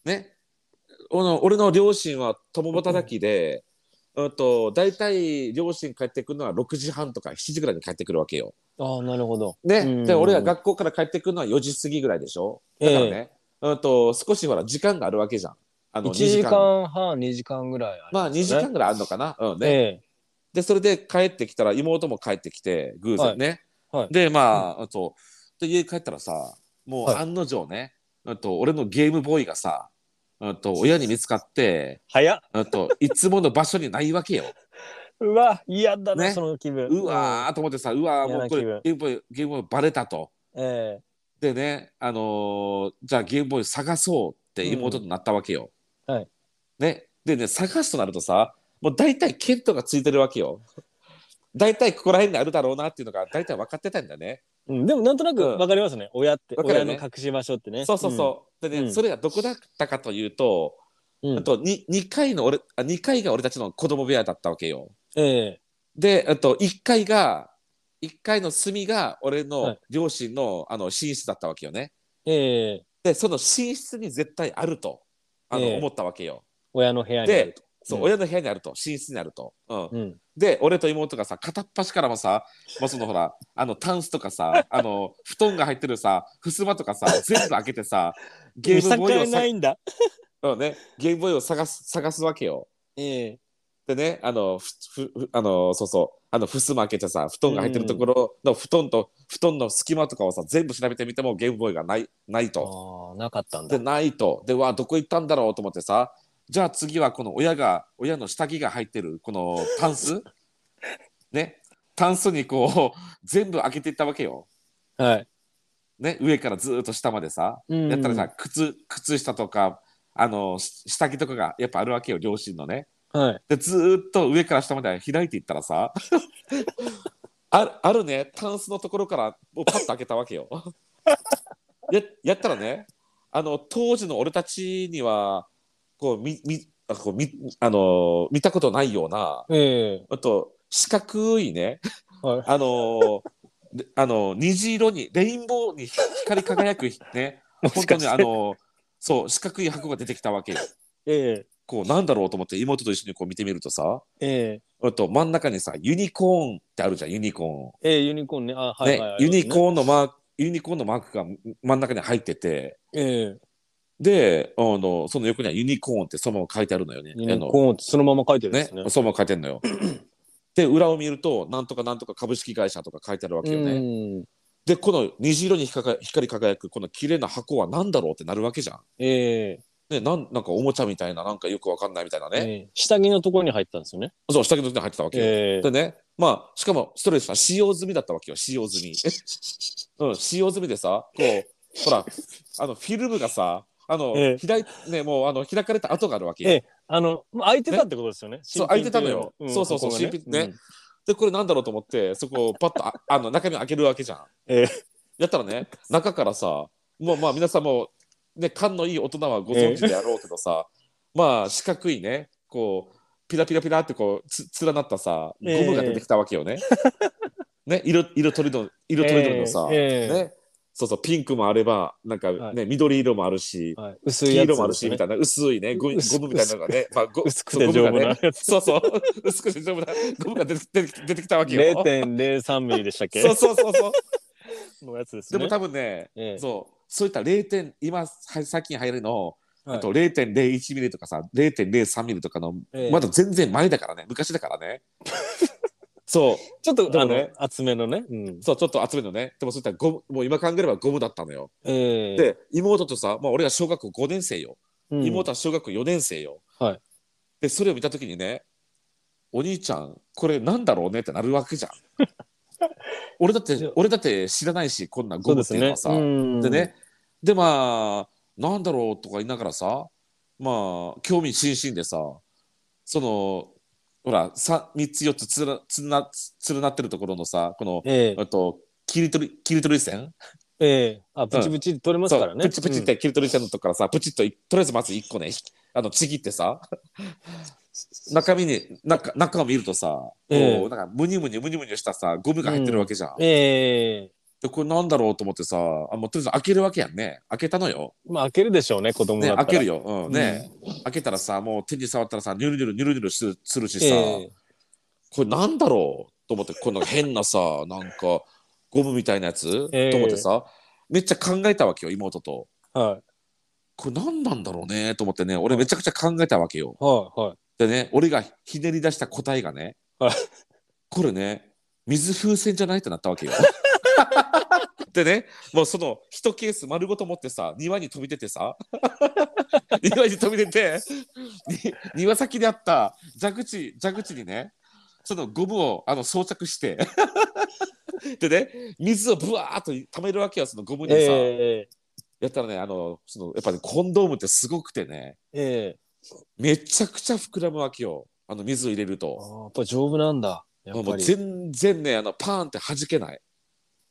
B: ね。あの俺の両親は共働きで、うんと、大体両親帰ってくるのは6時半とか7時ぐらいに帰ってくるわけよ。
A: ああ、なるほど。
B: ね。で、
A: うん
B: 俺は学校から帰ってくるのは4時過ぎぐらいでしょ。だからね、うんと、少しほら、時間があるわけじゃん。あの、
A: 1
B: 2
A: 時
B: 時間。
A: 間半、2時間ぐらいあり
B: まあ、2時間ぐらいあるのかな。うんね。
A: え
B: で、それで帰ってきたら、妹も帰ってきて、偶然ね。
A: はいはい
B: で、まあ、あと、で、家帰ったらさ、もう
A: はい
B: 案の定ね、あと、俺のゲームボーイがさ、あと、親に見つかって、
A: 早っ。
B: あと、いつもの場所にないわけよ。
A: うわ、嫌だな、
B: ね
A: その気分。
B: うわーと思ってさ、うわーもうこれ、
A: 嫌な
B: ゲームボーイ、ゲームボーイバレたと。
A: うん。え
B: でね、あのーじゃあゲームボーイ探そうって妹となったわけよ。
A: うんはい
B: ね、でね探すとなるとさもう大体ケントがついてるわけよ。大体ここら辺にあるだろうなっていうのが大体分かってたんだね。
A: えうんでも、なんとなく
B: うん
A: わかりますね。親って、
B: わかる
A: 親
B: よね
A: の隠し場所ってね。
B: そうそうそう。でね、
A: うん
B: それがどこだったかというと、
A: うん。うん
B: あと 2, 2階の俺あ2階が俺たちの子供部屋だったわけよ。
A: え
B: であと1階が1階の隅が俺
A: は
B: の
A: い
B: 両親の,、あの寝室だったわけよね。
A: えええ
B: でその寝室に絶対あるとあの、
A: ええ
B: 思ったわけよ。
A: 親の部屋にある
B: で
A: と。、
B: そう、
A: うん
B: 親の部屋にあると、寝室にあると。うん。
A: うん。
B: で、俺と妹がさ、片っ端からもさ、もうそのほら、あの、タンスとかさ、あの、 布団が入ってるさ、襖とかさ、全部開けてさ、ゲームボーイを
A: 見境ないんだ。
B: さ、うんね、ゲームボーイを探す、探すわけよ。
A: ええ
B: でね、あの、ふ、ふ、あの、そうそう、あの、襖開けてさ、布団が入ってるところの布団と、布団の隙間とかをさ、全部調べてみても、ゲームボーイがない、ないと。
A: ああ、なかったんだ
B: で。ないとでわあどこ行ったんだろうと思ってさじゃあ次はこの親が親の下着が入ってるこのタン スねタンスにこう全部開けていったわけよ、
A: はい。
B: ね、上からずーっと下までさ、
A: うん
B: やったらさ靴靴下とかあのし下着とかがやっぱあるわけよ両親のね
A: はい。
B: でずーっと上から下まで開いていったらさあるあるねタンスのところからもうパッと開けたわけよ。ややったらねあの当時の俺たちにはこうみみあこうみあの見たことないような
A: ええ
B: あと四角いね
A: はい。
B: あのであの虹色にレインボーに光り輝くね本当にあのそう四角い箱が出てきたわけよ。
A: ええ
B: こうなんだろうと思って妹と一緒にこう見てみるとさ
A: ええ
B: あと真ん中にさユニコーンってあるじゃんユニコ
A: ええユニコーンね。あ、
B: ーン、
A: はい、はい
B: ね、ユニ
A: ーン。
B: コーンのマークユニコーンのマークが真ん中に入ってて
A: ええ
B: であのその横にはユニコーンってそのまま書いてあるのよね
A: ユニコーンってそのまま書いてるんです
B: あ
A: ね
B: のね。そのまま書いてるのよで裏を見るとなんとかなんとか株式会社とか書いてあるわけよね、
A: うん。
B: でこの虹色に光り光り輝くこの綺麗な箱は何だろうってなるわけじゃん
A: ええ
B: ねなんなんかおもちゃみたいななんかよくわかんないみたいなね、
A: ええ下着のところに入ったんですよね。
B: そう下着の時に入ってたわけよ、
A: ええ
B: でね、まあ、しかもストレスは使用済みだったわけよ、使用 済み。うん、使用済みでさ、こう、ほら、あの、フィルムがさ、あの、
A: ええ
B: 開い、ね、もう、あの、開かれた跡があるわけよ。
A: ええあの、まあ、開いてたってことですよね。
B: そう
A: 新品ってい
B: 開いてたのよそうそう
A: こ
B: そう
A: こが
B: 新品ねで、これなんだろうと思って、そこをパッと、あ あの、中身開けるわけじゃん。
A: ええ
B: やったらね、中からさ、もう、まあ、皆さんも、ね、勘のいい大人はご存知であろうけどさ、まあ、四角いね、こう、ピラピラピラってこう、つ、連なったさ、ゴムが出てきたわけよ ね。ね、色、色とりどり、色とりどりのさ、
A: ええええ
B: ね、そうそう、ピンクもあれば、なんかね、
A: は
B: 緑色もあるし、
A: うんはい、薄い
B: 黄
A: やつ、
B: 色もあるし、みたいな、薄いね、ゴム
A: 薄
B: ゴムみたいなのがね、まあ、ご
A: 薄く
B: そ
A: て
B: うゴム
A: 丈
B: が
A: 夫
B: ね
A: なやつ。
B: そうそう、 薄くて丈夫なゴムが出て出てき出てきたわけよ。
A: 0.03ミリでしたっけ
B: そうそうそうそう。
A: のやつです
B: で
A: ね。
B: も多分ね、
A: ええ
B: そう、そういった0点、今、は最近入るの、
A: はい
B: あと0.01ミリとかさ、0.03ミリとかの、
A: ええ
B: まだ全然前だからね、昔だから ね。そう、
A: ちょっと、
B: で
A: あ
B: も
A: の、
B: ね
A: 厚めのね。うん。
B: そう、ちょっと集めるのね。でもそういったゴム、もう今考えればゴムだったのよ。
A: ええ
B: で、妹とさ、まあ俺が小学校5年生よ。
A: うん
B: 妹は小学校4年生よ。
A: はい
B: で、それを見たときにね、お兄ちゃん、これなんだろうねってなるわけ じゃん。俺だって、俺だって知らないし、こんなゴムっていうのは
A: そ
B: さ。
A: うですねうん
B: でね、でまあ、なんだろうとか言いながらさ、まあ興味津々でさそのほら 3, 三つ4つつらつなつなってるところのさこの
A: ええ
B: あと切り取り切り取り線
A: ええあ、プチプチって取れますからね。
B: そうプチプチって切り取り線のとこからさ、プチっといとりあえずまず1個ねひあのちぎっ てさ中身に中中を見るとさ、
A: ええ
B: こうなんかムニムニムニムニしたさゴムが入ってるわけじゃん、
A: うん。ええ
B: でこれなんだろうと思ってさあもうとりあえず開けるわけやんね開けたのよ、
A: まあ開けるでしょうね、子供だ
B: ね、
A: ったら。
B: 開けるよ、うんね開けたらさもう手に触ったらさニュルニュルニュルニュルするするし
A: え
B: さ、
A: え
B: これなんだろうと思ってこの変なさなんかゴムみたいなやつ、
A: ええ
B: と思ってさめっちゃ考えたわけよ妹と。
A: はい。
B: これ何なんだろうねと思ってね俺めちゃくちゃ考えたわけよ。
A: はい。はい。
B: でね俺がひねり出した答えがね
A: はい
B: これね水風船じゃないってなったわ けよ。でねもうその一ケース丸ごと持ってさ庭に飛び出て さ庭に飛び出てに庭先であった蛇口蛇口にねそのゴムをあの装着して でね水をぶわーっと溜めるわけよそのゴムにさ、
A: ええ
B: やったらねあのそのやっぱり、ね、コンドームってすごくてね
A: ええ
B: めちゃくちゃ膨らむわけよあの水を入れると。
A: ああ、やっぱり丈夫なんだ。や
B: も
A: っ
B: うも
A: ぱ
B: う
A: り。
B: 全然ねあのパーンって弾けない、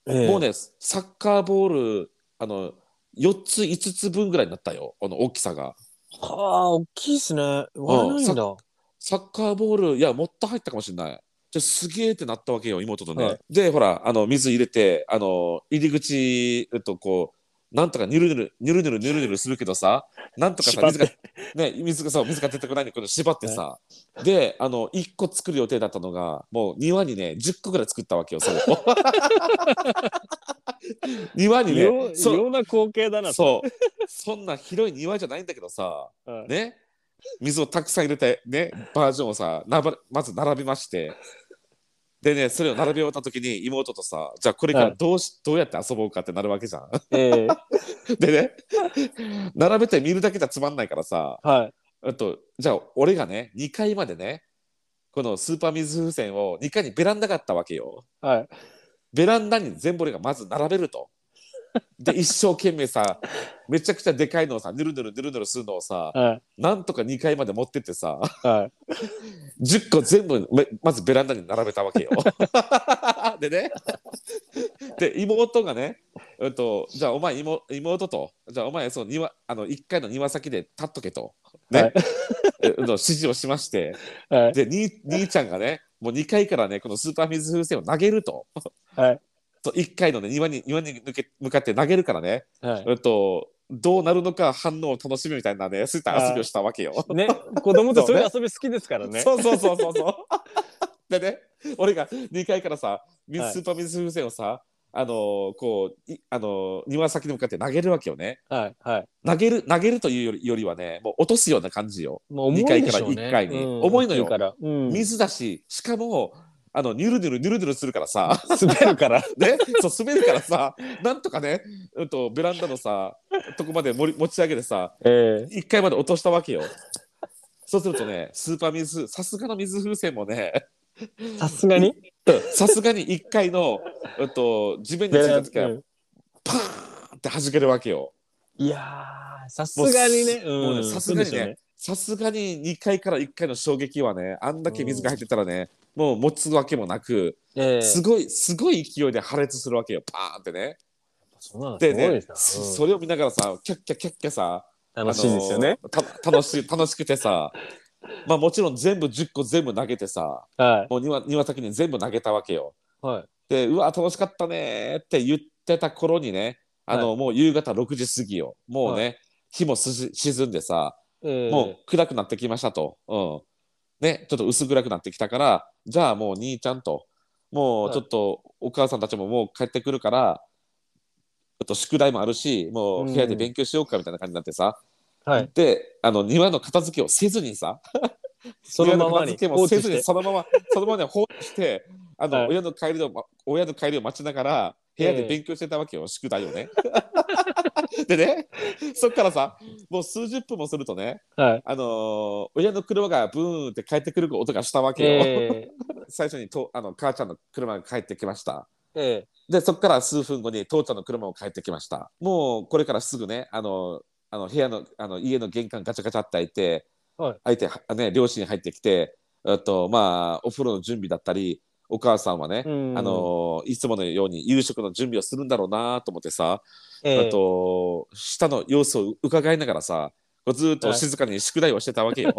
A: ええ
B: もうねサッカーボールあの4つ5つ分ぐらいになったよあの大きさが
A: はあ、大きいっすね。割れないんだ。
B: サッカーボールいやもっと入ったかもしれないじゃすげえってなったわけよ妹とね、
A: はい
B: でほらあの水入れてあの入り口えっとこうなんとかニュルニュルニュルニュルニュルニュルするけどさなんとかさ
A: 縛っ
B: 水
A: て
B: がね水がさ水が出てこないんでこれ縛ってさ、であの1個作る予定だったのがもう庭にね10個ぐらい作ったわけよそれを 庭に
A: 異
B: ね
A: 様異
B: そ
A: 様な光景だな。
B: そうそんな広い庭じゃないんだけどさ
A: はい
B: ね、水をたくさん入れて、ね、バージョンをさなばまず並びましてでねそれを並べ終わった時に妹とさじゃあこれからどうし、どうやって遊ぼうかってなるわけじゃん。
A: ええ
B: でね並べて見るだけじゃつまんないからさ
A: はい。
B: あとじゃあ俺がね2階までねこのスーパー水風船を2階にベランダがあったわけよ。
A: はい。
B: ベランダに全部俺がまず並べると。で一生懸命さめちゃくちゃでかいのをさぬるぬるぬるぬるするのをさ
A: はい。
B: なんとか2階まで持ってってさ
A: はい。
B: 10個全部めまずベランダに並べた わけよ。でねで妹がね、えっと、じゃあお前妹妹とじゃあお前その庭あの1階の庭先で立っとけと、ね
A: はい
B: えっと指示をしまして
A: はい。
B: で兄兄ちゃんがねもう2階からねこのスーパー水風船を投げると。
A: はい。
B: と1回のね庭に庭に向け向かって投げるからね、
A: はい。
B: えっと、どうなるのか反応を楽しみみたいなねそういった遊びをしたわけよ。
A: ね、子供ってそういう遊び好きですからね。
B: そうそうそうそ うそう。でね、俺が2階からさ、水
A: はい
B: スーパー水風船をさ、あのーこう、いあのー庭先に向かって投げるわけよね。
A: はいはい。
B: 投げる、投げるというよりよりはね、もう落とすような感じよ。
A: もう重いでしょうね。
B: 二階から一階に
A: うん
B: 重いのよ
A: 重から。うん。
B: 水だし、しかも、あの、ニュルニュルニュルニュルするからさ、
A: 滑るから。
B: ね、そう滑るからさ、なんとかね、うんと、ベランダのさ、とこまで盛り持ち上げてさ、
A: ええ
B: 1回まで落としたわけよ。そうするとね、スーパー水、さすがの水風船もね、
A: さすがに。
B: さすがに1回の、えっと、地面についた時は
A: うん
B: パーンって弾けるわけよ。
A: いやー、さすがにね。
B: もう
A: う
B: ね
A: ん
B: さすがに
A: そうでしょう
B: ねさすがに2回から1回の衝撃はねあんだけ水が入ってたらね、もう持つわけもなく
A: ええ
B: すごいすごい勢いで破裂するわけよパーンってね。
A: そうなん
B: です
A: ごい
B: ね
A: ですな
B: そ
A: うん
B: それを見ながらさキャッキャキャッキャさ
A: 楽しいですよね。
B: あのーた楽しい楽しくてさまあもちろん全部10個全部投げてさ
A: は
B: もう庭庭先に全部投げたわけよ。
A: い。はい。
B: で、うわ、楽しかったねーって言ってた頃にね、あの、もう夕方6時過ぎよ。もうね、日もすし沈んでさ、
A: ええ
B: もう暗くなってきましたと。うん。ね、ちょっと薄暗くなってきたから、じゃあもう兄ちゃんと、もう
A: はい
B: ちょっとお母さんたちももう帰ってくるから、ちょっと宿題もあるし、もう部屋で勉強しようかみたいな感じになってさ、
A: はい。
B: で、あの庭の片付けをせずにさ、
A: そのまま
B: 親の片
A: に
B: 付けもせ
A: 放
B: ずに
A: 置して
B: そのまま そのままに放置してあの、
A: はい
B: 親の帰りのま親の帰りを待ちながら部屋で
A: ええ
B: 勉強してたわけよ、宿題をね。 でねそっからさもう数十分もするとね、
A: はい。
B: あのー親の車がブーンって帰ってくる音がしたわけよ。
A: ええ
B: 最初にとあの母ちゃんの車が帰ってきました。
A: ええ
B: でそっから数分後に父ちゃんの車も帰ってきました。もうこれからすぐねあのあの部屋のあの家の玄関ガチャガチャって開いて、
A: はい
B: 相手はね両親入ってきてあとまあお風呂の準備だったりお母さんはね、
A: うん
B: あのいつものように夕食の準備をするんだろうなと思ってさ、
A: ええ
B: あと下の様子を伺いながらさこうずーっと静かに宿題をしてた わけよ。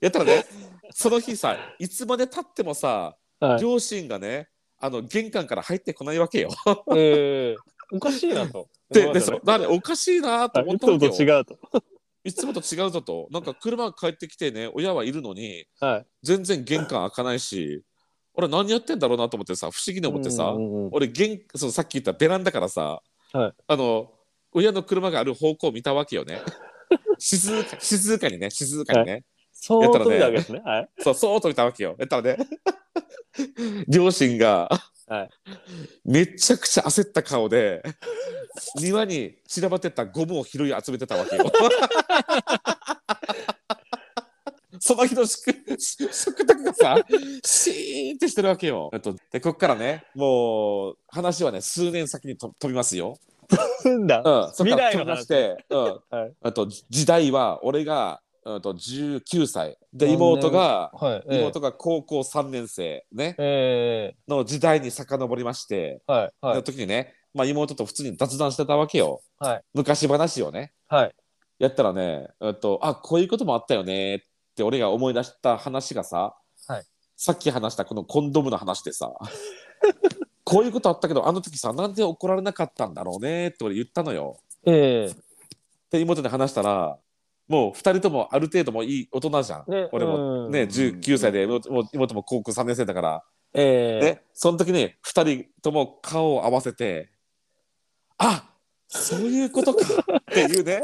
B: やったらねその日さいつまでたってもさ
A: はい
B: 両親がねあの玄関から入ってこないわけよ。
A: ええおかしいなと。
B: で
A: 思いま
B: で
A: す
B: そう
A: よね
B: だからおかしいなと
A: は
B: 思
A: い
B: っ
A: いつ
B: たわ
A: も
B: け
A: と
B: よ。
A: 違うと。
B: いつもと違うぞと。なんか車が帰ってきてね、親はいるのに、
A: はい。
B: 全然玄関開かないし、俺何やってんだろうなと思ってさ、不思議に思ってさ
A: う、んうんうん
B: 俺玄、そのさっき言ったベランダからさ、
A: はい
B: あの、親の車がある方向を見たわけ よね。静か静かにね、静かにね。
A: そう
B: やったらね
A: 飛びたわけですね。はい。
B: そう、そうと見たわけよ。やったらね、両親が、
A: はい
B: めちゃくちゃ焦った顔で、庭に散らばってたゴムを拾い集めてたわけよ。その日の宿食卓がさ、シーンってしてるわけよ。えっとで、こっからね、もう話はね、数年先にと飛びますよ。
A: んだ。
B: うん、そっから
A: 未来の話
B: 飛びまして、うん、
A: はい。
B: あと時代は俺が、うん、と19歳で
A: 何年
B: 妹が
A: はい。ええ
B: 妹が高校3年生、ね、
A: え
B: の時代に遡りまして、
A: えはい。は
B: の
A: い。
B: 時にね、まあ、妹と普通に雑談してたわけよ、
A: はい
B: 昔話をね
A: はい。
B: やったらね、えっと、あこういうこともあったよねって俺が思い出した話がさ、
A: はい
B: さっき話したこのコンドームの話でさ こういうことあったけどあの時さなんで怒られなかったんだろうねって俺言ったのよ。
A: え
B: で妹で話したらもう2人ともある程度もういい大人じゃん、
A: ね
B: 俺も、
A: うん
B: ね、19歳で妹もう妹も高校3年生だから。
A: えええ
B: で、その時に2人とも顔を合わせて、あそういうことかってい うね、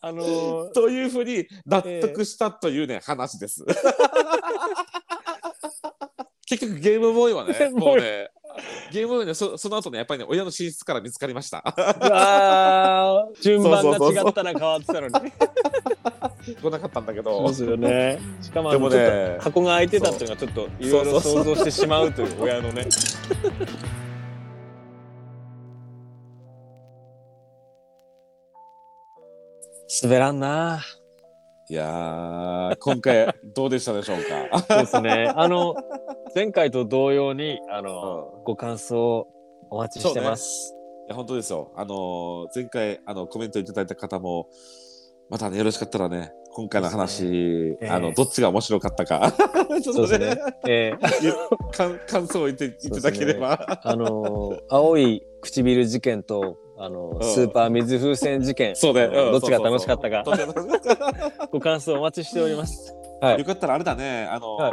A: あのー
B: というふうに納得したというね、話 です。結局ゲームボーイは
A: ゲ
B: ね、
A: ームボーイ
B: もうね、ゲームボーイね、そその後ね、やっぱりね、親の寝室から見つかりました。
A: あー順番が
B: そうそうそう
A: 違ったら変わってたのに。
B: 来なかったんだけ
A: そう
B: ど
A: で。すよね。 しかもあ
B: で
A: の
B: も
A: ちょっと
B: ね、
A: 箱が開いてたっていうのがちょっといろいろ
B: そうそ
A: 想像
B: う
A: してしまうという親 のね。滑らんない
B: やー、今回どうでしたでしょうか。
A: そうですね。あの前回と同様にあの、ご感想お待ちしてます。
B: いや本当ですよ。あのー前回あのコメントいただいた方もまたねよろしかったらね今回の話、
A: ええ
B: あのどっちが面白かったか ちょっ
A: そうです
B: とね
A: ね。えー
B: 感感想を言っていただければ
A: あの青い唇事件とあの
B: ん
A: スーパー水風船事件。
B: そうね、
A: あの
B: うん
A: どっちが楽しかったか
B: そうそうそうどっちが楽 しかったか
A: ご感想お待ちしております。はい
B: よかったらあれだねあのー、
A: はい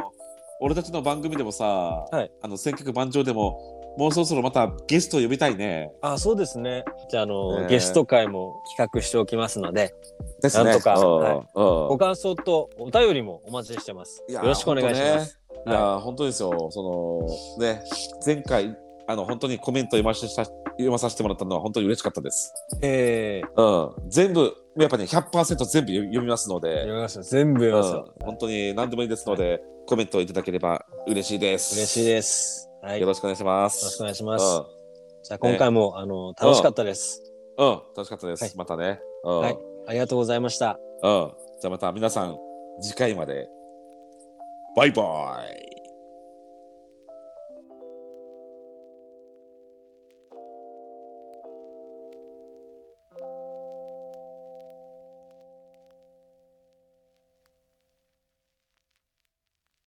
B: 俺たちの番組でもさ、
A: はい
B: あの選曲万丈でももうそろそろまたゲストを呼びたいね。
A: あ、そうですね。じゃあ、あの、
B: ね
A: ゲスト会も企画しておきますので、
B: ですね。
A: なんとか
B: うん
A: はい
B: うん
A: ご感想とお便りもお待ちしてます。
B: い
A: よ
B: や
A: ろしくお願いします。
B: いやー、本当ですよ。そのね前回あの本当にコメント読ませさ読まさせてもらったのは本当に嬉しかったです。
A: え
B: うん、全部やっぱね100%全部読みますの
A: え
B: で、
A: 読みますよ。全部読
B: う
A: み
B: ん
A: ますよ。、
B: 本当に何でもいいですので、コメントいただければ嬉しいです。
A: 嬉しいです。はい。よ
B: よろしくお願いしま
A: ろしく
B: す。
A: お願いし
B: う
A: ま
B: ん、
A: す。じゃあ、今回も、あの、楽しかったです。
B: うん、楽しかったです。
A: はい
B: またね。うん、
A: は
B: う
A: い
B: ん。
A: ありがとうございました。
B: じゃあまた皆さん次回まで。バイバイ。